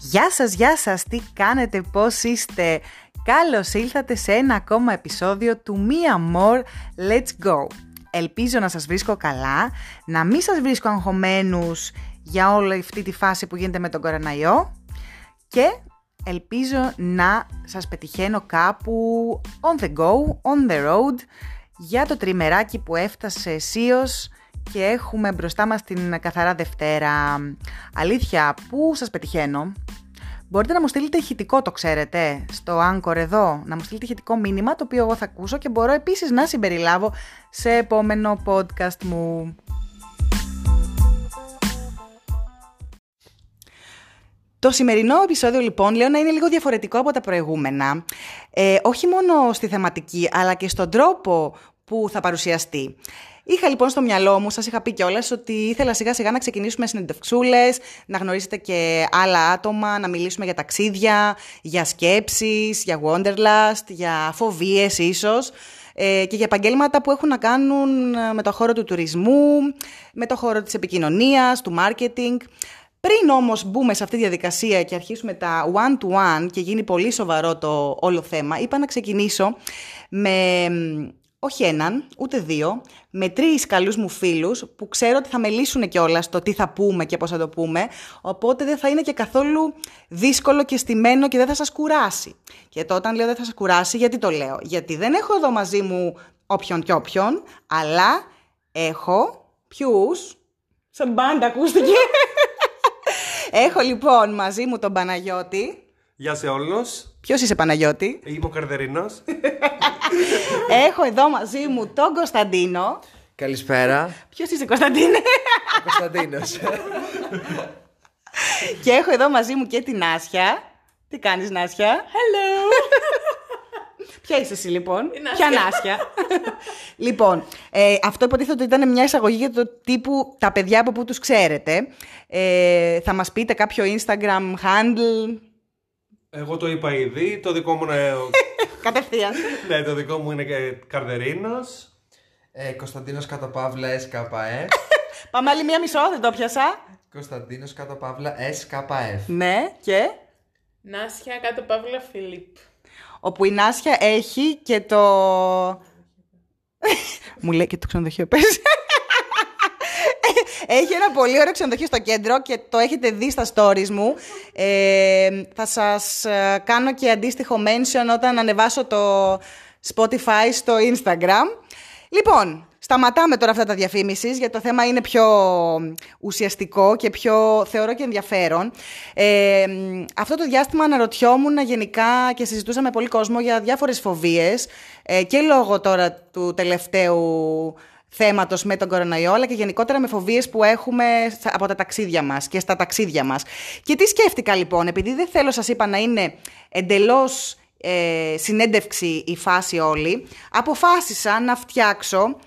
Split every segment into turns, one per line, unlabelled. Γεια σας, γεια σας, τι κάνετε, πώς είστε. Καλώς ήλθατε σε ένα ακόμα επεισόδιο του Mia More Let's Go. Ελπίζω να σας βρίσκω καλά, να μην σας βρίσκω αγχωμένους για όλη αυτή τη φάση που γίνεται με τον κοροναϊό και ελπίζω να σας πετυχαίνω κάπου on the go, on the road για το τριμεράκι που έφτασε σίως και έχουμε μπροστά μας την καθαρά Δευτέρα. Αλήθεια, πού σας πετυχαίνω. Μπορείτε να μου στείλετε ηχητικό, το ξέρετε, στο Anchor εδώ, να μου στείλετε ηχητικό μήνυμα, το οποίο εγώ θα ακούσω και μπορώ επίσης να συμπεριλάβω σε επόμενο podcast μου. Το σημερινό επεισόδιο λοιπόν λέω να είναι λίγο διαφορετικό από τα προηγούμενα, ε, όχι μόνο στη θεματική αλλά και στον τρόπο που θα παρουσιαστεί. Είχα λοιπόν στο μυαλό μου, σας είχα πει κιόλας, ότι ήθελα σιγά σιγά να ξεκινήσουμε συνεντευξούλες, να γνωρίσετε και άλλα άτομα, να μιλήσουμε για ταξίδια, για σκέψεις, για wanderlust, για φοβίες ίσως και για επαγγέλματα που έχουν να κάνουν με το χώρο του τουρισμού, με το χώρο της επικοινωνίας, του marketing. Πριν όμως μπούμε σε αυτή τη διαδικασία και αρχίσουμε τα one-to-one και γίνει πολύ σοβαρό το όλο θέμα, είπα να ξεκινήσω με όχι έναν, ούτε δύο, με τρεις καλούς μου φίλους που ξέρω ότι θα με λύσουν κιόλας το τι θα πούμε και πώς θα το πούμε, οπότε δεν θα είναι και καθόλου δύσκολο και στημένο και δεν θα σας κουράσει. Και το όταν λέω δεν θα σας κουράσει, γιατί το λέω. Γιατί δεν έχω εδώ μαζί μου όποιον και όποιον, αλλά έχω ποιους... Σαν πάντα ακούστηκε. έχω λοιπόν μαζί μου τον Παναγιώτη.
Γεια σε όλους.
Ποιος είσαι Παναγιώτη?
Είμαι ο Καρδερινός.
Έχω εδώ μαζί μου τον Κωνσταντίνο.
Καλησπέρα.
Ποιος είσαι, Κωνσταντίνε?
Κωνσταντίνος.
και έχω εδώ μαζί μου και την Άσια. Τι κάνεις Νάσια?
Hello!
Ποια είσαι εσύ λοιπόν,
Η Νάσια.
Ποια Νάσια. λοιπόν, ε, αυτό υποτίθεται ότι ήταν μια εισαγωγή για το τύπου τα παιδιά από που τους ξέρετε. Ε, θα μας πείτε κάποιο Instagram handle.
Εγώ το είπα ήδη. Το δικό μου είναι.
Κατευθείαν.
ναι, το δικό μου είναι Καρδερίνος.
ε, Κωνσταντίνος κατά παύλα SKE.
Πάμε άλλη μία μισό, δεν το πιασα.
Κωνσταντίνος κατά παύλα SKF.
ναι, και
Νάσια κάτω Παύλα Φιλίπ.
όπου η Νάσια έχει και το... Μου λέει και το ξενοδοχείο, πες. Έχει ένα πολύ ωραίο ξενοδοχείο στο κέντρο και το έχετε δει στα stories μου. Ε, θα σας ε, κάνω και αντίστοιχο mention όταν ανεβάσω το Spotify στο Instagram. Λοιπόν, σταματάμε τώρα αυτά τα διαφήμισης γιατί το θέμα είναι πιο ουσιαστικό και πιο θεωρώ και ενδιαφέρον. Ε, αυτό το διάστημα αναρωτιόμουν γενικά και συζητούσα με πολύ κόσμο για διάφορες φοβίες ε, και λόγω τώρα του τελευταίου θέματος με τον κοροναϊό, αλλά και γενικότερα με φοβίες που έχουμε στα- από τα ταξίδια μας και στα ταξίδια μας. Και τι σκέφτηκα λοιπόν, επειδή δεν θέλω σας είπα να είναι εντελώς ε, συνέντευξη η φάση όλη, αποφάσισα να φτιάξω,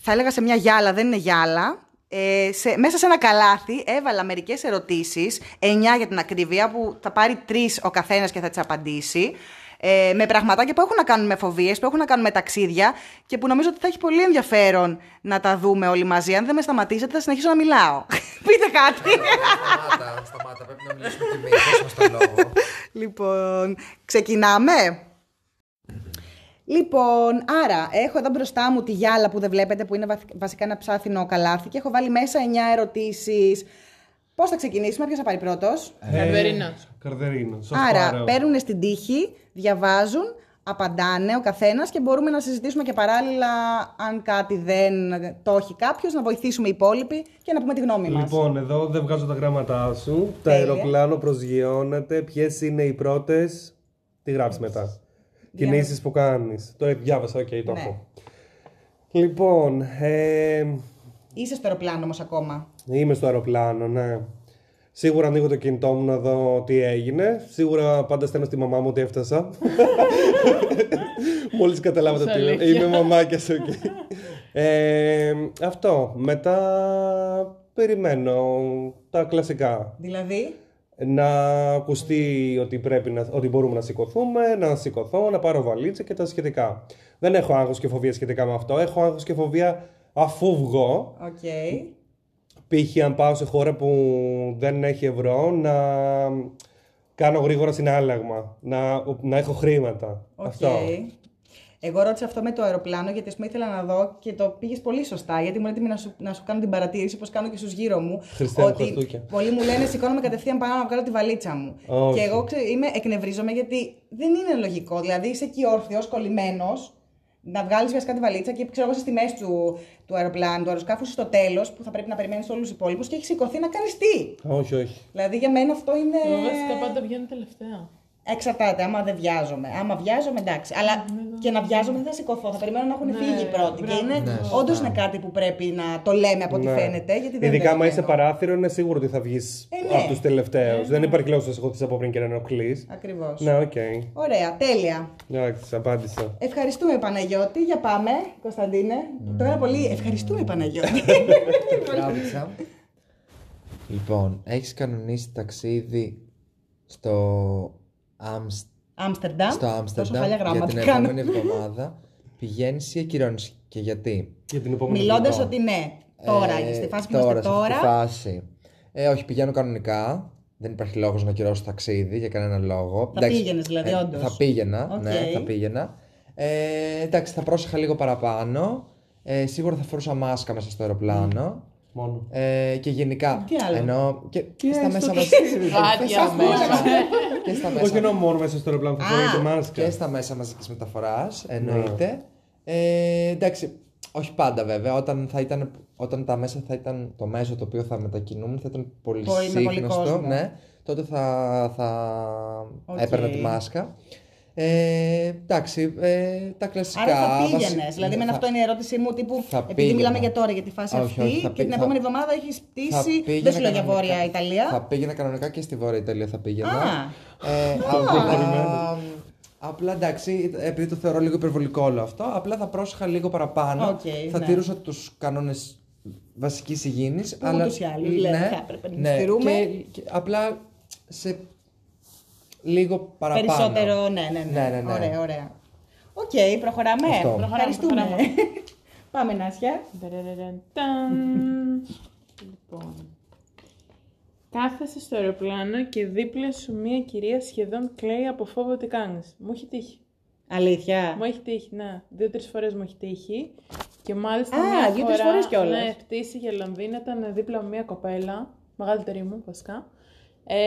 θα έλεγα σε μια γυάλα, δεν είναι γυάλα, ε, σε, μέσα σε ένα καλάθι έβαλα μερικές ερωτήσεις, 9 για την ακρίβεια, που θα πάρει τρεις ο καθένας και θα τις απαντήσει ε, με πραγματάκια που έχουν να κάνουν με φοβίες, που έχουν να κάνουν με ταξίδια και που νομίζω ότι θα έχει πολύ ενδιαφέρον να τα δούμε όλοι μαζί. Αν δεν με σταματήσετε, θα συνεχίσω να μιλάω. Πείτε κάτι.
σταμάτα, σταμάτα. Πρέπει να μιλήσουμε και εμείς. Δώσε μας το λόγο.
λοιπόν, ξεκινάμε. Λοιπόν, άρα έχω εδώ μπροστά μου τη γυάλα που δεν βλέπετε, που είναι βαθ- βασικά ένα ψάθινο καλάθι και έχω βάλει μέσα 9 ερωτήσεις. Πώς θα ξεκινήσουμε, ποιος θα πάρει πρώτος.
Καρδερίνος.
Καρδερίνο.
Άρα παίρνουν στην τύχη, διαβάζουν, απαντάνε ο καθένας και μπορούμε να συζητήσουμε και παράλληλα αν κάτι δεν το έχει κάποιος, να βοηθήσουμε οι υπόλοιποι και να πούμε τη γνώμη μας.
Λοιπόν, εδώ δεν βγάζω τα γράμματά σου. Το
Τέλεια.
αεροπλάνο προσγειώνεται. Ποιες είναι οι πρώτες. Τι γράφει μετά. Κινήσεις που κάνεις. Το διάβασα, οκ, το
Ναι.
έχω. Λοιπόν, ε,
Είσαι στο αεροπλάνο όμως ακόμα.
Είμαι στο αεροπλάνο, ναι. Σίγουρα ανοίγω το κινητό μου να δω τι έγινε. Σίγουρα πάντα στέλνω στη μαμά μου ότι έφτασα. Μόλις καταλάβατε
Είσαι
ότι
αλήθεια.
είμαι μαμάκιας σου εκεί. Ε, αυτό. Μετά περιμένω τα κλασικά.
Δηλαδή.
Να ακουστεί ότι, πρέπει να, ότι μπορούμε να σηκωθούμε, να σηκωθώ, να πάρω βαλίτσα και τα σχετικά. Δεν έχω άγχος και φοβία σχετικά με αυτό. Έχω άγχος και φοβία αφού βγω.
Οκ.
Π.χ. αν πάω σε χώρα που δεν έχει ευρώ, να κάνω γρήγορα συνάλλαγμα. Να, να έχω χρήματα.
Οκ.
Αυτό.
Εγώ ρώτησα αυτό με το αεροπλάνο γιατί ας πούμε, ήθελα να δω και το πήγες πολύ σωστά. Γιατί μου έτοιμη να σου, να σου κάνω την παρατήρηση, όπως κάνω και στους γύρω μου.
Χριστέ μου, Χριστούκια.
πολλοί μου λένε σηκώνομαι κατευθείαν πάνω να βγάλω τη βαλίτσα μου.
Όχι.
Και εγώ ξε- είμαι, εκνευρίζομαι γιατί δεν είναι λογικό. Δηλαδή είσαι εκεί όρθιος, κολλημένος, να βγάλεις βασικά τη βαλίτσα και ξέρω εγώ είσαι στη μέση του, του αεροπλάνου, του αεροσκάφου, είσαι στο τέλος που θα πρέπει να περιμένεις όλους τους υπόλοιπους και έχει σηκωθεί να κάνεις τι.
Όχι, όχι.
Δηλαδή για μένα αυτό είναι.
Εγώ Ε. βασικά πάντα βγαίνω τελευταία.
Εξαρτάται, άμα δεν βιάζομαι. Άμα βιάζομαι, εντάξει. Αλλά και να βιάζομαι δεν θα σηκωθώ. Θα περιμένω να έχουν φύγει οι πρώτοι. Και
μπράβο.
είναι
Ναι, σωστά.
όντως είναι κάτι που πρέπει να το λέμε από ό,τι
Ναι.
φαίνεται. Γιατί δεν
Ειδικά άμα είσαι
περιμένω.
παράθυρο, είναι σίγουρο ότι θα βγεις
Ε, ναι.
από τους τελευταίους. Δεν υπάρχει λόγος να σηκωθείς από πριν και να ενοχλείς.
Ακριβώς.
Ναι, οκ.
Ωραία, τέλεια.
Εντάξει, απάντησα.
Ευχαριστούμε Παναγιώτη. Για πάμε, Κωνσταντίνε.
Ναι.
Τώρα πολύ. Ευχαριστούμε Παναγιώτη.
Τράβηξα. Λοιπόν, έχεις κανονίσει ταξίδι στο Άμσ...
Άμστερνταμ.
στο
Τόσο
Άμστερνταμ
χάλια
για
γράμματα
την
κάνω.
επόμενη εβδομάδα. Πηγαίνεις ή ακυρώνεις και γιατί.
Για την επόμενη.
Μιλώντας
φορά.
ότι ναι, τώρα,
Ε,
στη φάση που είμαστε
σε αυτή τη
τώρα.
φάση. Ε, όχι, πηγαίνω κανονικά. Δεν υπάρχει λόγος να ακυρώσω ταξίδι για κανένα λόγο. ε,
Θα πήγαινες δηλαδή, όντως.
Θα πήγαινα, ναι,
Οκ.
θα πήγαινα. Ε, εντάξει, θα πρόσεχα λίγο παραπάνω. Ε, σίγουρα θα φορούσα μάσκα μέσα στο αεροπλάνο.
Μόνο.
Ε, και γενικά.
Τι άλλο?
Ενώ και, και στα μέσα μας.
Άδεια μέσα.
και στα
Όχι
μέσα
ενώ μόνο μέσα στο αεροπλάνο θα
Α,
φοράει τη μάσκα.
και στα μέσα μαζικής μεταφοράς, εννοείται. Ε, εντάξει, όχι πάντα βέβαια. Όταν, θα ήταν, όταν τα μέσα θα ήταν το μέσο το οποίο θα μετακινούμε, θα ήταν πολύ,
Πολύ- με πολύ
σύγχρονο,
κόσμο.
ναι. Τότε θα, θα
Οκ.
έπαιρνα τη μάσκα. Ε, εντάξει, ε, τα κλασικά.
Άρα θα
βασι- ναι,
πήγαινες. Δηλαδή, εμένα
θα-
αυτό είναι η ερώτησή μου. Τύπου,
θα
επειδή
πήγαινα.
μιλάμε για τώρα, για τη φάση
Όχι,
αυτή,
όχι, θα
και
πή-
την
θα-
επόμενη εβδομάδα έχεις
θα
πτήσει.
πήγαινα
Δεν σου λέω για
κανονικά.
Βόρεια Ιταλία.
Θα πήγαινα κανονικά και στη Βόρεια Ιταλία θα πήγαινα.
Α.
Ε, απλά, απλά εντάξει, επειδή το θεωρώ λίγο υπερβολικό όλο αυτό, απλά θα πρόσεχα λίγο παραπάνω.
Οκ,
θα
ναι.
τηρούσα τους κανόνες βασικής υγιεινής.
Που ούτως ή άλλως, λέμε, θα έπρεπε να τους τηρούμε.
ναι, και, και απλά σε λίγο παραπάνω.
Περισσότερο, ναι, ναι, ναι.
Ναι, ναι, ναι.
Ωραία, ωραία. Οκ, προχωράμε.
Αυτό. Προχωράμε,
Ευχαριστούμε.
προχωράμε.
Πάμε, Νάσια.
Ντερερερεντάν. λοιπόν. Κάθεσαι στο αεροπλάνο και δίπλα σου μία κυρία σχεδόν κλαίει από φόβο ότι κάνεις. Μου έχει τύχει.
Αλήθεια.
Μου έχει τύχει, ναι. Δύο-τρει φορές μου έχει τύχει. Και μάλιστα.
Α,
μια
δύο-τρεις
φορά,
φορές κιόλας.
Ναι, πτήση για Λονδίνο ήταν δίπλα μου μια κοπέλα, μεγαλύτερη μου βασικά. Ε,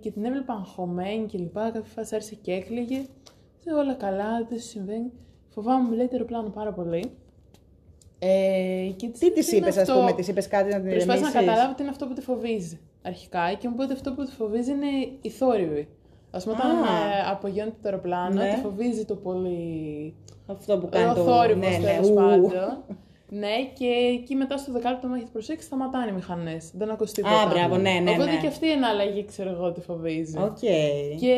και την έβλεπα αγχωμένη και λοιπά. Κάποια φάση άρχισε και έκλαιγε. Δεν όλα καλά, δεν σου συμβαίνει. Φοβάμαι, μου λέει το αεροπλάνο πάρα πολύ. Ε, και της
Τι
είπα,
της
είναι
είπες, ας
αυτό?
πούμε, της είπες κάτι να την
Προσπάθησα να
ηρεμήσεις.
καταλάβω τι είναι αυτό που τη φοβίζει αρχικά και μου είπε ότι αυτό που τη φοβίζει είναι η θόρυβη. Ας πούμε, όταν
Α.
ε, απογειώνεται το αεροπλάνο,
Ναι.
τη φοβίζει το πολύ.
Αυτό που κάνει
Ο
το
θόρυβος
ναι,
ναι,
ναι,
τέλος
ου.
πάντων. Ναι, και εκεί μετά στο δεκάλεπτο, αν έχετε προσέξει, σταματάνε οι μηχανές. Δεν ακουστεί
Α,
τίποτα.
μπράβο, ναι, ναι,
Οπότε
ναι.
και αυτή η εναλλαγή, ξέρω εγώ, τη φοβίζει.
Οκ.
Και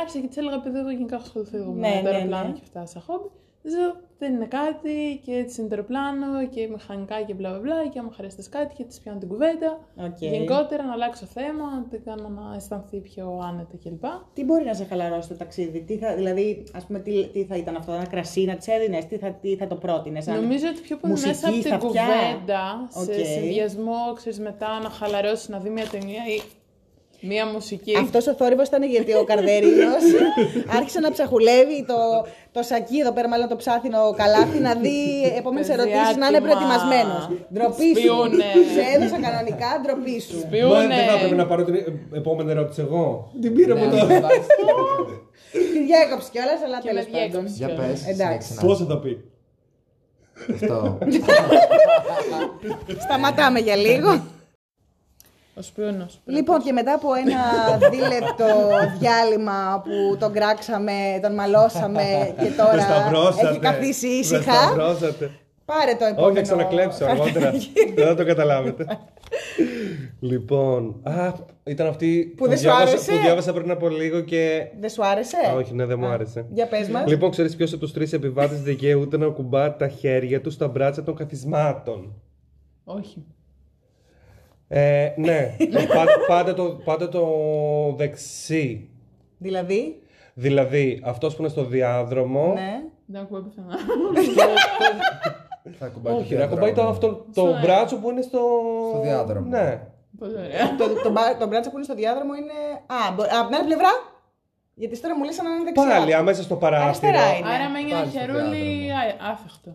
άρχισα και της έλεγα, παιδί, εγώ γενικά έχω ασχοληθεί εγώ
Ναι,
με
ναι,
το αεροπλάνο
ναι.
και αυτά σαν χόμπι. Ζω, δεν είναι κάτι και έτσι είναι το αεροπλάνο και μηχανικά και μπλα μπλα μπλα και άμα χαρέστες κάτι και της πιάνω την κουβέντα.
Οκ.
Γενικότερα να αλλάξω θέμα, να την κάνω να αισθανθεί πιο άνετα κλπ.
Τι μπορεί να σε χαλαρώσει το ταξίδι, τι θα, δηλαδή, ας πούμε, τι, τι θα ήταν αυτό, ένα κρασί να τη έδινες, τι θα, τι θα το πρότεινες.
Νομίζω ότι πιο πολύ
μουσική
μέσα από
στα
την
αυτιά.
κουβέντα, σε
Οκ.
συνδυασμό, ξέρεις μετά να χαλαρώσεις, να δεις μια ταινία ή μια μουσική.
Αυτός ο θόρυβος ήταν γιατί ο Καρδερίνο άρχισε να ψαχουλεύει το, το σακί εδώ πέρα, μάλλον το ψάθινο καλάθι, να δει επόμενες
Παιδιά,
ερωτήσεις να είναι
τι μα.
προετοιμασμένος. Ντροπή σου.
Σπιούνε.
Σε έδωσα κανονικά, ντροπή σου.
Μα,
Ποιούνε.
Δεν θα έπρεπε να πάρω την ε, επόμενη ερώτηση εγώ. Την πήρα από
Ναι,
το.
εντάξει,
Τη διέκοψε κιόλας, αλλά
Και με
τέλος πάντων.
διέκοψε.
Για πες,
Εντάξει.
συνέχισε να-
Πώ θα τα πει.
Αυτό.
Σταματάμε για λίγο.
Ο σπιούνος.
Λοιπόν, και μετά από ένα δίλεπτο διάλειμμα που τον κράξαμε, τον μαλώσαμε και
Με
τώρα
σταυρώσατε.
έχει καθίσει
Με
ήσυχα.
σταυρώσατε.
Πάρε το επόμενο.
Όχι, θα ξανακλέψω αργότερα. Δεν θα το καταλάβετε. λοιπόν, α, ήταν αυτή
Που δεν σου
διάβασα,
άρεσε?
που διάβασα πριν από λίγο και.
Δεν σου άρεσε.
Α, όχι, ναι, δεν μου άρεσε.
Για πες μας.
Λοιπόν, ξέρεις ποιος από τους τρεις επιβάτες δικαιούται να κουμπά τα χέρια του στα μπράτσα των καθισμάτων.
Όχι.
Ε, ναι, πάντα, πάντα, το, πάντα το δεξί.
Δηλαδή.
Δηλαδή, αυτός που είναι στο διάδρομο.
Ναι.
Δεν ακούω πουθενά.
θα κουμπάει το
Όχι, ρε,
διάδρομο.
κουμπάει το, αυτό, το
Στο-
μπράτσο που είναι στο.
Στο διάδρομο.
Ναι.
Πολύ ωραία.
το, το, μπα- το μπράτσα που είναι στο διάδρομο είναι. Α, μπο- από την άλλη πλευρά. Γιατί ύστερα μου λύσαν να είναι δεξιά.
Παραλία, μέσα στο παράθυρο.
Αριστερά είναι.
Άρα με έγινε
πάλι στο
χερούλι
διάδρομο.
α- άφιχτο.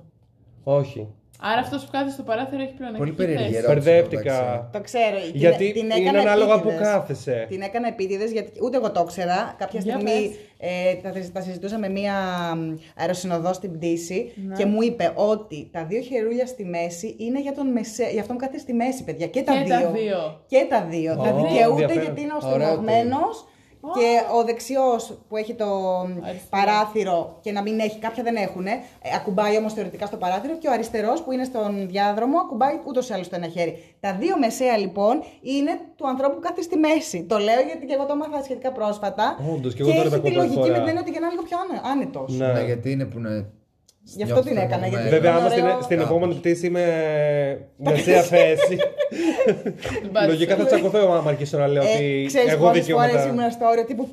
Όχι.
Άρα αυτός που κάθεται στο παράθυρο έχει πλέον
Πολύ περίεργη ερώτηση.
Μπερδεύτηκα.
Το ξέρω. Την-
Γιατί
την
είναι
έκανα
ανάλογα που
επίτηδες.
κάθεσαι.
Την έκανα επίτηδες γιατί ούτε εγώ το ήξερα. Κάποια
Για
στιγμή
πες.
ε, τα, τα συζητούσα με μία μ, αεροσυνοδό στην πτήση
Ναι.
και μου είπε ότι τα δύο χερούλια στη μέση είναι για, τον μεσέ, για αυτόν που κάθεται στη μέση, παιδιά. Και τα
Και
δύο.
τα δύο.
Και τα δύο. τα
Ω,
δικαιούται
ενδιαφέρον.
γιατί είναι ο
Ωραίο τύπο.
στριμωγμένος και ο δεξιός που έχει το μ,
Αριστερός.
παράθυρο και να μην έχει, κάποια δεν έχουν, ακουμπάει όμως θεωρητικά στο παράθυρο και ο αριστερός που είναι στον διάδρομο ακουμπάει ούτως ή άλλως το ένα χέρι. Τα δύο μεσαία λοιπόν είναι του ανθρώπου που κάθεται στη μέση. Το λέω γιατί και εγώ το μάθα σχετικά πρόσφατα.
Όντως, και εγώ τώρα
έχει
τα
τη
ακούω πρώτη
λογική
φορά.
με την έννοια ότι για να είναι λίγο πιο άνετος.
Ναι.
Ναι, γιατί είναι που είναι.
Γι' αυτό την έκανα, γιατί-
Βέβαια,
Είναι
άμα στην,
ωραίο.
στην
Κάπως.
επόμενη πτήση είμαι μεσαία θέση. Λογικά θα τσακωθώ άμα αρχίσω να λέω ότι εγώ
Ε, πόσες φορές
δικαιώματα.
ήμουν στο όριο τύπου.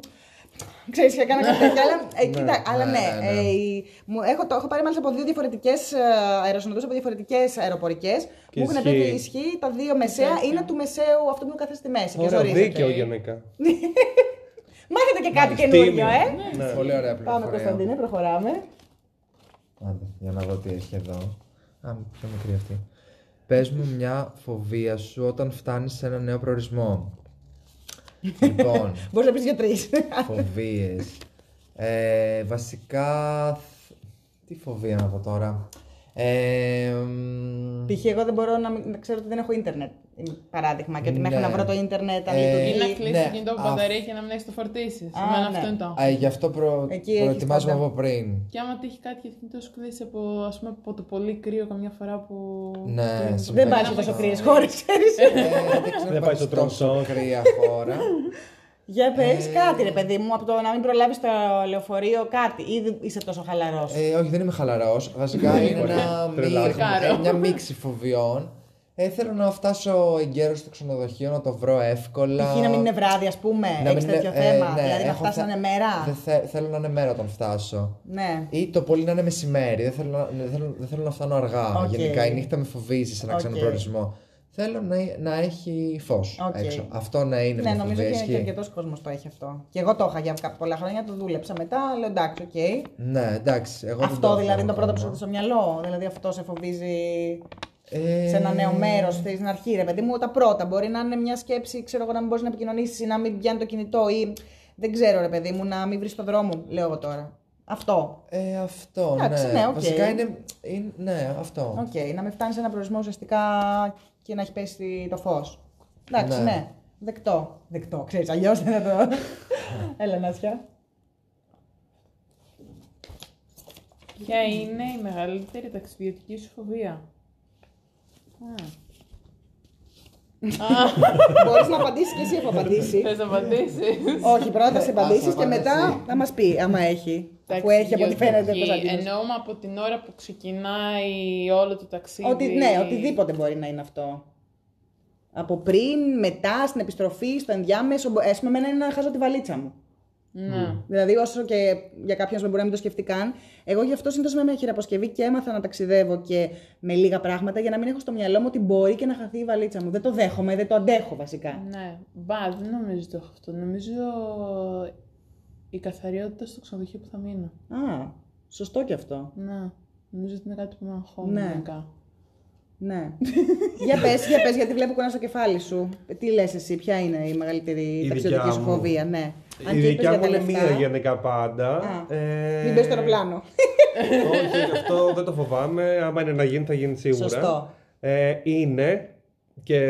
Ξέρεις, και έκανα κάτι τέτοιο. Αλλά, ε, κοίτα, αλλά
ναι,
ναι.
ναι.
ε, η- μου, έχω, το έχω πάρει μάλιστα από δύο διαφορετικές αεροσυνοδούς, από διαφορετικές αεροπορικές.
Και
Μου έχουν πει ότι
ισχύει.
ισχύει τα δύο μεσαία είναι του μεσαίου αυτού που είναι καθένα στη μέση. Και
Ωραίο,
ζορίζεται.
δίκαιο γενικά.
Μάθετε και κάτι καινούριο,
Τίμιο.
ε.
Ναι.
Πολύ ωραία πληροφορία.
Πάμε, Κωνσταντίνε, προχωράμε.
Άντε, για να δω τι έχει εδώ. Α, πιο μικρή αυτή. Πες μου μια φοβία σου όταν φτάνεις σε ένα νέο προορισμό. λοιπόν,
Μπορείς να πεις για τρεις.
φοβίες. Ε, βασικά... θ- Τι φοβία να πω τώρα. Ε, μ,
Π.χ. εγώ δεν μπορώ να, μην- να ξέρω ότι δεν έχω ίντερνετ. είναι Παράδειγμα, και ότι μέχρι
Ναι.
να βρω το ίντερνετ, αν
Ε,
Ή να
λειτουργεί.
κλείσει
ναι,
το κινητό από
α,
μπαταρία και να μην έχει το φορτίσει.
Α,
Εμένα
ναι.
αυτό είναι το. άγχος.
α, γι' αυτό προ...
Εκεί έχεις
προετοιμάζομαι
πάντα.
από πριν.
Και άμα τύχει κάτι και το κινητό σου κλείσει από, ας πούμε, από το πολύ κρύο καμιά φορά που.
Ναι,
που-
συμβαίνει
Δεν
που-
πάει σε
να
τόσο
έχεις-
κρύες χώρες, ξέρεις.
Ε, δεν ξέρω
Δεν
αν
πάει στο
τόσο
τρόμο.
κρύα χώρα.
Για πες
Ε.
κάτι, ρε παιδί μου, από το να μην προλάβεις το λεωφορείο, κάτι. Ήδη είσαι τόσο χαλαρός.
Ε, όχι, δεν είμαι χαλαρός.
Ναι,
Βασικά είναι ένα
Τρελάθηκα.
μίξ-
Σοκάρω.
ε, μια μίξη φοβιών. Ε, θέλω να φτάσω εγκαίρως στο ξενοδοχείο, να το βρω εύκολα.
Π.χ. να μην είναι βράδυ, ας πούμε.
Να
Έχεις
μην
τέτοιο
είναι- ε,
θέμα.
ναι,
δηλαδή να
έχω
φτάσεις να
θε-
είναι μέρα.
Δεν θε- θέλω να είναι μέρα όταν φτάσω.
Ναι.
Ή το πολύ να είναι μεσημέρι. Δεν θέλω, να- δεν θέλω, δεν θέλω να φτάνω αργά.
Οκ.
Γενικά η νύχτα με φοβίζει σε ένα
Οκ.
ξένο προορισμό. Θέλω να, ε- να έχει φως
Οκ.
έξω. Αυτό να
Ναι,
είναι μια
νομίζω
φοβία,
ότι
ισχύει.
και αρκετός κόσμος το έχει αυτό. Και εγώ το είχα για κά- πολλά χρόνια, το δούλεψα μετά. Λέω εντάξει, οκ.
Ναι, εντάξει. Εγώ δεν
Αυτό
έχω
δηλαδή είναι το πρώτο που
ακόμα.
σου έρχεται στο μυαλό. Δηλαδή αυτό σε φοβίζει
Ε,
σε ένα νέο μέρο, στην αρχή, ρε παιδί μου, τα πρώτα. Μπορεί να είναι μια σκέψη, ξέρω εγώ, να μην μπορείς να επικοινωνήσεις ή να μην πιάνει το κινητό ή δεν ξέρω, ρε παιδί μου, να μην βρεις το δρόμο, λέω εγώ τώρα. Αυτό.
Ε, αυτό,
Εντάξει,
ναι.
ναι, οκ.
Βασικά είναι, είναι- Ναι, αυτό.
Οκ, να με φτάνεις σε ένα προορισμό ουσιαστικά και να έχει πέσει το φως. Εντάξει, ναι.
Ναι.
Δεκτό. Δεκτό, ξέρεις, αλλιώς δεν θα το. Έλα, Νάσια.
Ποια είναι η μεγαλύτερη ταξιδιωτική σου φοβία. Α.
Μπορείς να απαντήσεις και εσύ έχω απαντήσει.
Θες να απαντήσεις.
Όχι, πρώτα θα σε απαντήσει
Ας
και μετά θα μας πει, άμα έχει. Αφού έχει, από ό,τι φαίνεται.
Ταξιδιωτική.
πώς αντιμετωπίζει.
Εννοούμε από την ώρα που ξεκινάει όλο το ταξίδι.
Ότι, ναι, οτιδήποτε μπορεί να είναι αυτό. Από πριν, μετά, στην επιστροφή, στο ενδιάμεσο. μπο- ε, Ας πούμε, εμένα είναι να χάσω τη βαλίτσα μου.
Ναι.
Δηλαδή, όσο και για κάποιον μπορεί να μην το σκεφτεί καν, εγώ γι' αυτό συνήθως με χειραποσκευή και έμαθα να ταξιδεύω και με λίγα πράγματα για να μην έχω στο μυαλό μου ότι μπορεί και να χαθεί η βαλίτσα μου. Δεν το δέχομαι, δεν το αντέχω βασικά.
Ναι, μπα, δεν νομίζω το έχω αυτό. Νομίζω η καθαριότητα στο ξενοδοχείο που θα μείνω.
Α, σωστό και αυτό.
Ναι, νομίζω ότι είναι κάτι που με αγχώνει
Ναι.
γενικά.
Ναι. για πες, για πες, γιατί βλέπω κουνά στο κεφάλι σου. Τι λες εσύ, ποια είναι η μεγαλύτερη
Η
ταξιδιωτική
δικιά
σου
μου.
φοβία, ναι. Αν
Η
και είπες για
δικιά μου
τα
είναι
λεφτά,
μία γενικά πάντα.
Α,
Ε,
Μην πες στο αεροπλάνο.
Όχι, αυτό δεν το φοβάμαι. Άμα είναι να γίνει, θα γίνει σίγουρα.
Σωστό.
Ε, είναι και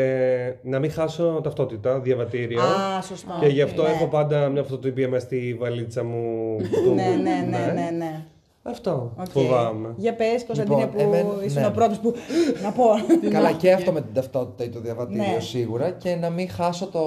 να μην χάσω ταυτότητα, διαβατήριο.
Α, σωστό.
και γι' αυτό
Ναι.
έχω πάντα μια φωτοτυπία μέσα στη βαλίτσα μου. του-
Ναι, ναι, ναι, ναι, ναι.
Αυτό
Οκ.
φοβάμαι.
Για πες, Κωνσταντίνε,
Λοιπόν,
που
εμένα-
ήσουν
ναι.
ο πρώτος που... να πω.
Καλά, και αυτό με την ταυτότητα ή το διαβατήριο
Ναι.
σίγουρα και να μην χάσω το.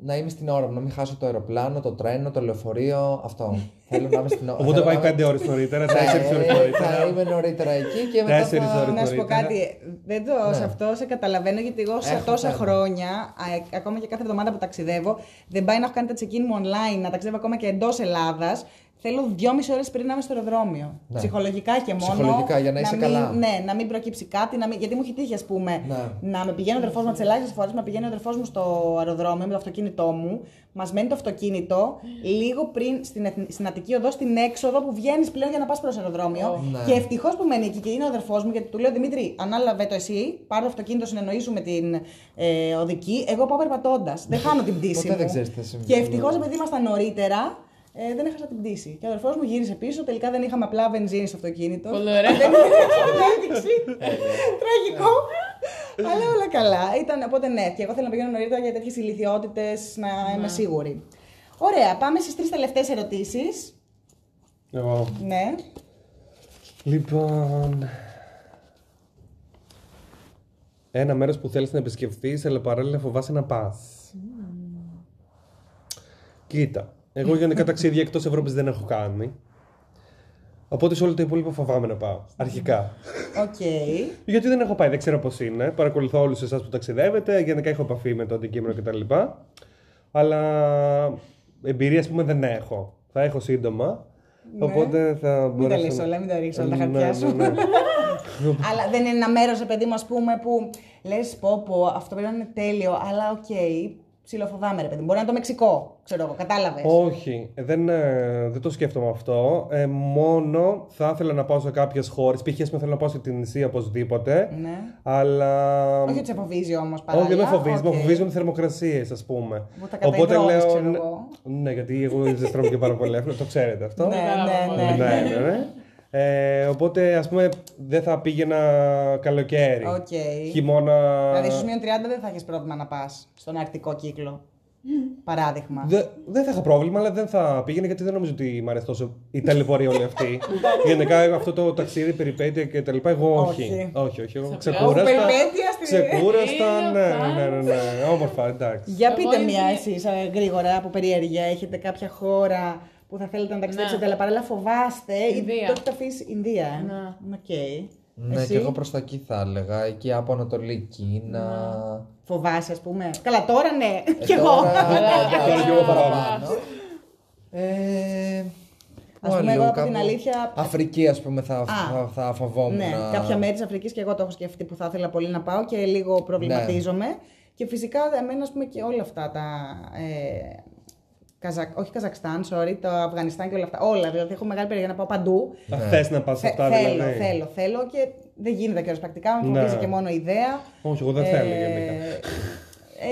να είμαι στην ώρα μου, να μην χάσω το αεροπλάνο, το τρένο, το λεωφορείο. Αυτό. Θέλω να είμαι στην ώρα.
Οπότε
θέλω
πάει
να είμαι-
5 ώρες νωρίτερα, 4 ώρε
Ναι, ε, Θα
νωρίτερα.
είμαι νωρίτερα εκεί και μετά.
Τέσσερις
θα-
ώρες.
Να σου πω
Νωρίτερα.
κάτι. Δεν το σε αυτό σε καταλαβαίνω γιατί εγώ σε
Ναι. Έχω
τόσα
θέμα.
χρόνια, α, ακόμα και κάθε εβδομάδα που ταξιδεύω, δεν πάει να έχω κάνει τα check-in μου online, να ταξιδεύω ακόμα και εντός Ελλάδας. Θέλω δυόμιση ώρες πριν να είμαι στο αεροδρόμιο.
Ναι.
Ψυχολογικά και μόνο.
Ψυχολογικά, για να είσαι
μην,
καλά.
Ναι, να μην προκύψει κάτι. Να μην, γιατί μου έχει τύχει, ας πούμε,
Ναι.
να με πηγαίνει ο αδερφός μου τι ελάχιστε φορές, να πηγαίνει ο αδερφός μου στο αεροδρόμιο με το αυτοκίνητό μου. Μας μένει το αυτοκίνητο λίγο πριν στην, εθν- στην Αττική Οδό, στην έξοδο που βγαίνεις πλέον για να πας προς αεροδρόμιο.
Ναι.
Και ευτυχώς που μένει εκεί και είναι ο αδερφός μου, γιατί του λέω Δημήτρη, ανάλαβε το εσύ, πάρε το αυτοκίνητο, συνεννοήσουμε την ε, οδική. Εγώ πάω περπατώντας. δεν χάνω την πτήση.
Ποτέ δεν
μου.
ξέρεις τι θα συμβεί.
Και ευτυχώς επειδή ήμασταν νωρίτερα, ε, δεν έχασα την πτήση. Και ο αδερφός μου γύρισε πίσω, τελικά δεν είχαμε απλά βενζίνη στο αυτοκίνητο.
Πολύ ωραία. Ε, ναι.
Δεν είχαμε ένδειξη. Τραγικό. Αλλά όλα καλά. Ήταν, οπότε ναι, και εγώ θέλω να πηγαίνω νωρίτερα για τέτοιες ηλικιότητες να
Ναι.
είμαι σίγουρη. Ωραία, πάμε στις τρεις τελευταίες ερωτήσεις.
Εγώ.
Ναι.
Λοιπόν. Ένα μέρος που θέλεις να επισκεφθείς, αλλά παράλληλα φοβάσαι να πας. Κοίτα. Εγώ γενικά ταξίδια εκτός Ευρώπης δεν έχω κάνει. Οπότε σε όλα τα υπόλοιπα φοβάμαι να πάω. Αρχικά.
Οκ.
Γιατί δεν έχω πάει, δεν ξέρω πώς είναι. Παρακολουθώ όλους εσάς που ταξιδεύετε. Γενικά έχω επαφή με το αντικείμενο κτλ. Αλλά εμπειρία, ας πούμε, δεν έχω. Θα έχω σύντομα. Οπότε θα
Ναι.
μπορέσω.
Μην τα
να-
λύσω όλα, μην τα ρίξω όλα τα
Ναι,
χαρτιά σου.
ναι, ναι.
Αλλά δεν είναι ένα μέρος, παιδί μου, ας πούμε, που λες πω πω, αυτό πρέπει να είναι τέλειο, αλλά οκ. Ψιλοφοβάμαι, ρε παιδί μου. Μπορεί να είναι το Μεξικό, ξέρω εγώ, κατάλαβες.
Όχι, δεν, ε, δεν το σκέφτομαι αυτό. Ε, μόνο θα ήθελα να πάω σε κάποιες χώρες. Π.χ. ας πούμε, θέλω να πάω σε την Ισία οπωσδήποτε.
Ναι.
Αλλά.
Όχι ότι σε φοβίζει όμως παράλληλα.
Όχι, δεν με φοβίζει. Με
Οκ.
φοβίζουν οι θερμοκρασίες, ας πούμε.
Που τα καταϊδρώνεις, ξέρω εγώ.
Ναι, γιατί εγώ ζεστρώμαι και πάρα πολύ εύκολα, το ξέρετε αυτό.
Ναι, ναι, ναι.
ναι, ναι, ναι. Ε, οπότε, ας πούμε, δεν θα πήγαινα καλοκαίρι.
Οκ.
Χειμώνα.
Δηλαδή, στους μείον 30 δεν θα έχεις πρόβλημα να πας στον αρκτικό κύκλο. Παράδειγμα.
Δε- δεν θα είχα πρόβλημα, αλλά δεν θα πήγαινε γιατί δεν νομίζω ότι μ' αρέσει τόσο η ταλαιπωρία όλη αυτή. Γενικά αυτό το ταξίδι, περιπέτεια και τα λοιπά, εγώ όχι.
Όχι.
όχι, όχι, εγώ
Όπου
ξεκούραστα.
περιπέτεια στη-
Ξεκούραστα, ναι,
Ήλιο,
ναι, ναι, ναι, όμορφα, εντάξει.
Για
Εγώ
πείτε
είμαι-
μία εσεί γρήγορα από περιέργεια. Έχετε κάποια χώρα που θα θέλετε να ταξιδέψετε, αλλά παράλληλα φοβάστε. ή
Ναι. Ινδία.
Το έχετε αφήσει Ινδία. ε.
Ναι.
Οκ.
Ναι,
Εσύ
και εγώ προς τα εκεί θα έλεγα. Εκεί από Ανατολή Κίνα.
φοβάσαι, ας πούμε. Καλά, τώρα ναι.
Ε,
Κι εγώ.
τώρα,
Καλά,
λίγο
καλά.
παραπάνω. Ε,
Ας πούμε,
αλλού
εγώ από την
κάπου-
αλήθεια-
Αφρική, ας πούμε, θα, θα, θα φοβόμουν.
Ναι, κάποια μέρη της Αφρικής και εγώ το έχω σκεφτεί που θα ήθελα πολύ να πάω και
Ναι.
λίγο προβληματίζομαι. Και φυσικά εμένα, ας πούμε, και όλα αυτά τα. Ε, Καζακ, όχι Καζακστάν, sorry, το Αφγανιστάν και όλα αυτά. Όλα, δηλαδή έχω μεγάλη περιέργεια να πάω παντού.
Θα θες να πας σε
Θε-
αυτά,
θέλω,
δηλαδή.
θέλω, θέλω και δεν γίνεται κιόλας πρακτικά, μου
Ναι.
φοβίζει και μόνο η ιδέα. Ε,
Όχι, εγώ δεν θέλω γενικά.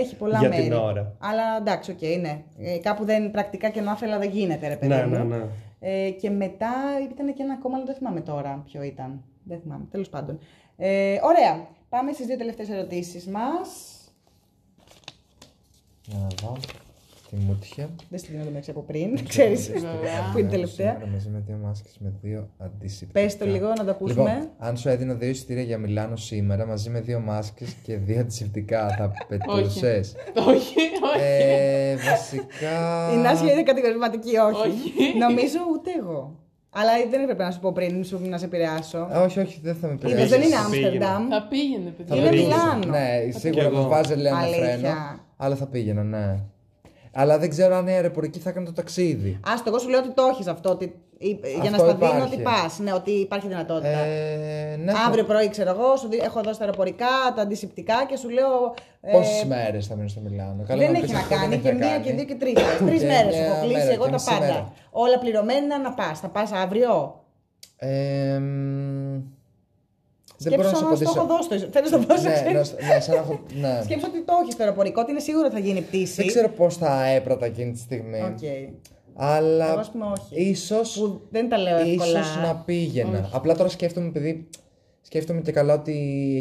Έχει πολλά
Για την
μέρη.
ώρα.
Αλλά εντάξει, οκ, ναι. Ε, κάπου δεν πρακτικά και να ήθελα δεν γίνεται, ρε παιδί
Ναι,
μου.
ναι, ναι.
Ε, και μετά ήταν και ένα ακόμα, αλλά δεν θυμάμαι τώρα ποιο ήταν. Δεν θυμάμαι, τέλος πάντων. Ε, ωραία, πάμε στις δύο τελευταίες ερωτήσεις μας.
Για να δω. Τη μούτια.
Δεν στη δίνω το μεταξύ από
Ναι,
πριν, ξέρεις, που είναι η τελευταία.
Σήμερα μαζί με δύο μάσκες, με δύο αντισηπτικά.
ναι.
Πες το λίγο να το ακούσουμε.
Λοιπόν, αν σου έδινα δύο εισιτήρια για Μιλάνο σήμερα μαζί με δύο μάσκες και δύο αντισηπτικά, θα πετούσες.
Όχι, όχι.
ε, βασικά.
Η Νάση είναι κατηγορηματική, όχι.
Όχι.
Νομίζω ούτε εγώ. Αλλά δεν έπρεπε να σου πω πριν, σου να σε επηρεάσω.
Α, Όχι, όχι, δεν θα με
Είδες,
πειράζει.
δεν είναι
πήγαινε.
Άμστερνταμ.
ναι. Θα πήγαινε, παιδιά.
Είναι
πήγαινε.
Μιλάνο.
Ναι, σίγουρα
κι εγώ.
μου βάζει λέει ένα
Αλήθεια.
φρένο. Αλλά θα πήγαινα, ναι. Αλλά δεν ξέρω αν η αεροπορική θα έκανε το ταξίδι.
Άστο, εγώ σου λέω ότι το έχεις αυτό. Ότι, ή- για να
Αυτό
σταθμίνω
υπάρχει.
ότι πας. Ναι, ότι υπάρχει δυνατότητα.
Ε, ναι,
Αύριο πρωί, ξέρω εγώ, σου δι- έχω δώσει τα αεροπορικά, τα αντισηπτικά και σου λέω. ε,
Πόσες μέρες θα μείνω στο Μιλάνο. Καλό
δεν
να
έχει
πεις
να
αυτό, δεν
κάνει
έχει
και
να
μία
κάνει.
και δύο και τρεις. Τρει
Και
μέρε
μια
έχω κλείσει
μέρα,
εγώ
και
τα
μισή
πάντα.
μέρα.
Όλα πληρωμένα να πας. Θα πας αύριο.
Ε, μ, δεν μπορώ να
Σκέψω
σου
να το έχω
απαντήσω.
δώσει. το- Θέλω να το δώσω.
Ναι,
ξέρεις.
να- ναι, σαν να έχω- ναι.
Σκέψω ότι το έχει στο αεροπορικό, ότι είναι σίγουρο ότι θα γίνει πτήση.
Δεν ξέρω πώς θα έπρατα εκείνη τη στιγμή.
Οκ.
Αλλά
Εγώ, ας πούμε, όχι.
ίσως,
Που δεν τα λέω εύκολα.
ίσως να πήγαινα. Απλά τώρα σκέφτομαι, επειδή σκέφτομαι και καλά ότι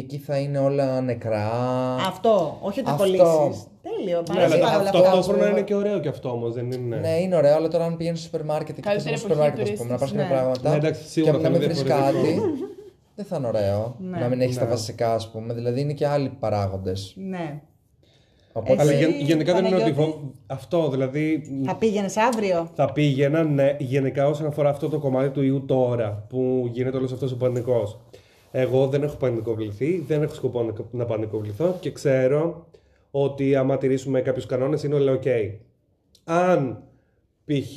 εκεί θα είναι όλα νεκρά.
Αυτό, όχι ότι θα
Αυτό.
κολλήσεις. Τέλειο,
Ναι,
πάρα
αλλά
πάρα όλα
αυτό
αυτά.
ταυτόχρονα είναι και ωραίο κι αυτό όμως, δεν είναι.
Ναι, είναι ωραίο, αλλά τώρα αν πηγαίνεις στο σούπερ μάρκετ και
Καλύτερη
στο σούπερ
εποχή
μάρκετ, ας πούμε, να πα
τουρίστες,
κάποια
ναι.
πράγματα.
Ναι, εντάξει, σίγουρα
και
θα
αν δεν
είναι
μετρήσει κάτι,
διαφορετικό. Ναι.
δεν θα είναι ωραίο. Να μην έχεις τα βασικά, ας πούμε. Δηλαδή είναι και άλλοι παράγοντες.
Ναι.
Οπότε.
Αλλά
Εσύ,
γεν- γενικά δεν είναι ότι
Παναγιώτη?
φο- αυτό, δηλαδή
Θα πήγαινες αύριο.
θα πήγαινα, ναι, γενικά όσον αφορά αυτό το κομμάτι του ιού τώρα που γίνεται όλος αυτός ο πανικός. Εγώ δεν έχω πανικοβληθεί, δεν έχω σκοπό να- να πανικοβληθώ και ξέρω ότι άμα τηρήσουμε κάποιους κανόνες είναι όλα οκ. Αν π.χ.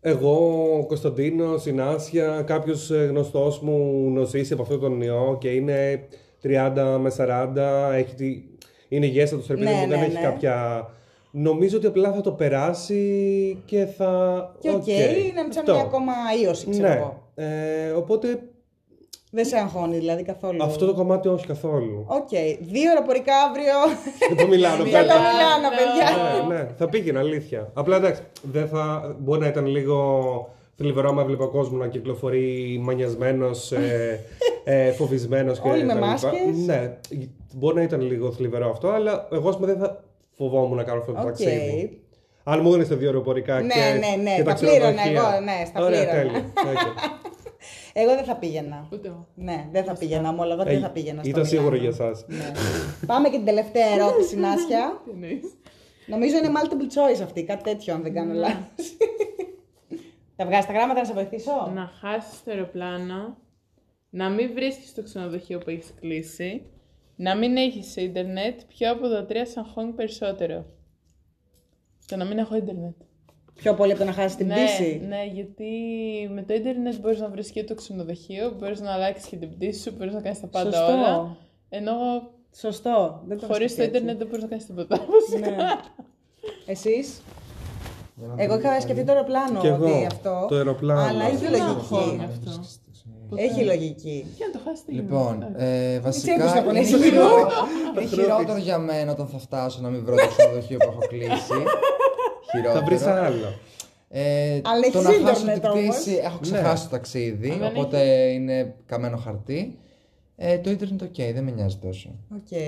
εγώ, ο Κωνσταντίνο, η Νάσια, κάποιο γνωστός μου νοσήσει από αυτόν τον ιό και είναι 30 με 40, έχει τη... είναι γέστα του,
Ναι,
μου, δεν
ναι,
έχει
ναι.
κάποια. Νομίζω ότι απλά θα το περάσει και θα.
Και οκ, είναι σαν μια ακόμα ίωση, ξέρω
Ναι.
εγώ.
Ε, οπότε
Δεν σε αγχώνει δηλαδή καθόλου.
αυτό το κομμάτι όχι καθόλου.
Οκ. Δύο αεροπορικά αύριο.
Δεν το μιλάω
Για
πέρα.
το Μιλάνο, παιδιά.
Ναι, ναι, θα πήγαινε, αλήθεια. Απλά εντάξει, δεν θα, μπορεί να ήταν λίγο θλιβερό άμα έβλεπε ο κόσμος να κυκλοφορεί μανιασμένος, ε, ε, φοβισμένος και
Όλοι με
τα λοιπά.
μάσκες.
Ναι, μπορεί να ήταν λίγο θλιβερό αυτό, αλλά εγώ ας πούμε, δεν θα φοβόμουν να κάνω αυτό το
Οκ.
ταξίδι. Αν μου έδινε τα δύο αεροπορικά
Ναι,
και.
ναι, ναι,
και
τα
ξενοδοχεία.
πλήρωνα εγώ, ναι, στα
Ωραία,
πλήρωνα.
τέλεια. Οκ.
Εγώ δεν θα πήγαινα.
Ούτε εγώ.
Ναι, δεν θα πήγαινα. Ομολογώ ότι
Ε,
δεν θα πήγαινα. στο
Ήταν σίγουρο για
Μιλάνο.
εσάς.
Ναι. Πάμε και την τελευταία ερώτηση, Νάσια.
Τι εννοείς.
Νομίζω είναι multiple choice αυτή, κάτι τέτοιο, αν δεν κάνω λάθος. Θα βγάλεις τα γράμματα να σε βοηθήσω.
Να χάσεις το αεροπλάνο, να μην βρίσκεις το ξενοδοχείο που έχεις κλείσει, να μην έχεις ίντερνετ, πιο από τα τρία σαν χώνει περισσότερο. Το να μην έχω ίντερνετ.
Πιο πολύ από το να χάσεις την
ναι,
πτήση.
ναι, γιατί με το ίντερνετ μπορείς να βρεις και το ξενοδοχείο, μπορείς να αλλάξεις και την πτήση σου, μπορείς να κάνεις τα πάντα
Σωστό.
όλα. Ενώ
Σωστό. Δεν το
χωρίς
είχα
το
σκεφτεί
ίντερνετ δεν μπορείς να κάνεις τίποτα.
έτσι. Ναι. Εσείς.
Για να
Εγώ
το
είχα
δει
σκεφτεί
πάλι.
το αεροπλάνο
Κι εγώ,
ότι αυτό.
το αεροπλάνο.
Αλλά έχει
Δεν
Δεν
λογική.
αγχώνει αυτό.
Έχει λογική.
Και να το χάσεις τι γίνεται.
Λοιπόν,
Ναι.
ε,
τσέπη σου να
βασικά είναι
πονέσει.
χειρότερο, είναι χειρότερο για μένα όταν θα φτάσω να μην βρω το ξενοδοχείο που έχω κλείσει.
Θα βρεις
χειρότερο.
άλλο.
Ε,
Αλλά
το
έχεις
να χάσω
ίντερνετ
την
όμως.
πτήση, έχω ξεχάσει
Ναι.
το ταξίδι,
Αν δεν
οπότε είναι καμένο χαρτί. Ε, το ίντερνετ οκ, δεν με νοιάζει τόσο.
Οκ.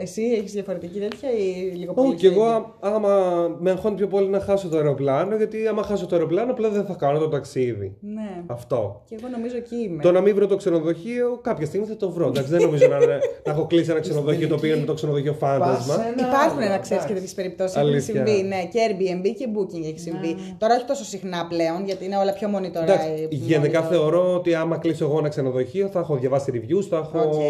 Εσύ έχεις διαφορετική τέτοια ή λίγο πολύ.
Όχι, και εγώ
ίδια?
ά- άμα με αγχώνει πιο πολύ να χάσω το αεροπλάνο, γιατί άμα χάσω το αεροπλάνο, απλά δεν θα κάνω το ταξίδι.
Ναι.
Αυτό.
Και εγώ νομίζω εκεί είμαι.
Το να μην βρω το ξενοδοχείο, κάποια στιγμή θα το βρω. Εντάξει, δεν νομίζω να, είναι- να έχω κλείσει ένα ξενοδοχείο το οποίο είναι το ξενοδοχείο φάντασμα.
Υπάρχουν να ξέρεις και τέτοιες περιπτώσεις. Έχουν
Αλήθεια.
συμβεί. Ναι, και Airbnb και Booking έχει συμβεί.
Ναι.
Τώρα όχι τόσο συχνά πλέον, γιατί είναι όλα πιο monitored.
Εντάξει,
monitor.
γενικά θεωρώ ότι άμα κλείσω εγώ ένα ξενοδοχείο, θα έχω διαβάσει reviews, θα έχω.
Οκ.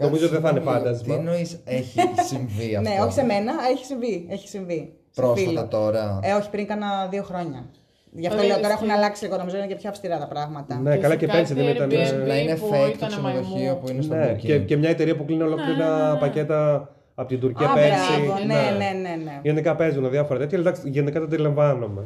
Νομίζω δεν θα είναι
Τι
φάντασμα.
εννοείς, έχει συμβεί αυτό.
Ναι, όχι σε μένα, αλλά έχει συμβεί. Έχει συμβεί. Σε
Πρόσφατα
φίλο.
τώρα.
Ε, όχι, πριν κάνα δύο χρόνια. Γι' αυτό
Ωραία,
λέω τώρα
ισχύει.
έχουν αλλάξει λίγο, νομίζω είναι και πιο αυστηρά τα πράγματα.
Ναι, καλά και
Φυσικά
πέρσι δεν
και
ήταν.
Airbnb.
να είναι
που
fake το
ήταν
ξενοδοχείο
μαϊμού.
που είναι στο
Ναι,
Booking.
και, και μια εταιρεία που κλείνει
Ναι,
ολόκληρα πακέτα από την Τουρκία
Α,
πέρσι.
μπράβο, ναι, ναι, ναι, ναι.
Γενικά παίζουν διάφορα τέτοια, αλλά εντάξει, γενικά τα αντιλαμβάνομαι.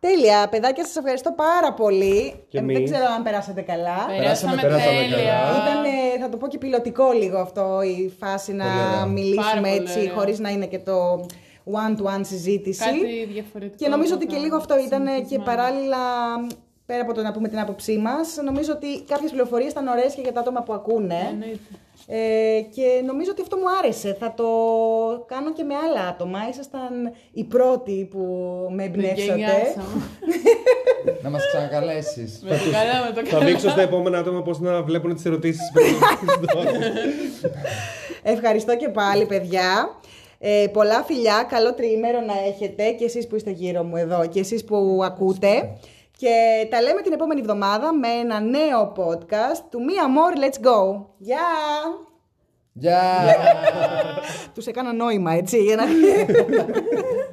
Τέλεια, παιδάκια, σας ευχαριστώ πάρα πολύ.
Και
Ε, Δεν
εμείς.
ξέρω αν περάσατε καλά.
Περάσαμε,
περάσαμε καλά.
τέλεια.
Ήταν, ε, θα το πω και πιλωτικό λίγο αυτό η φάση να
Πολύ ωραία.
μιλήσουμε
Πάρα πολύ
έτσι,
ωραία.
χωρίς να είναι και το one-to-one συζήτηση.
Κάτι διαφορετικό.
Και νομίζω ότι
θα
και λίγο αυτό ήταν ε, και παράλληλα, πέρα από το να πούμε την άποψή μας, νομίζω ότι κάποιες πληροφορίες ήταν ωραίες και για τα άτομα που ακούνε.
Ναι, Εννοείται.
Ε, και νομίζω ότι αυτό μου άρεσε. Θα το κάνω και με άλλα άτομα. Ήσασταν οι πρώτοι που
Ναι,
με εμπνεύσατε.
Γενιάσαμε.
Να μας ξανακαλέσεις.
Με το καλά, με το
Θα
καλά.
δείξω στα επόμενα άτομα πώς να βλέπουν τις ερωτήσεις πριν.
Ευχαριστώ και πάλι, παιδιά. Ε, πολλά φιλιά, καλό τριήμερο να έχετε και εσείς που είστε γύρω μου εδώ και εσείς που ακούτε. Και τα λέμε την επόμενη εβδομάδα με ένα νέο podcast του Μία More Let's Go. Γεια!
Γεια!
Ναι. Τους έκανα νόημα, έτσι, για να...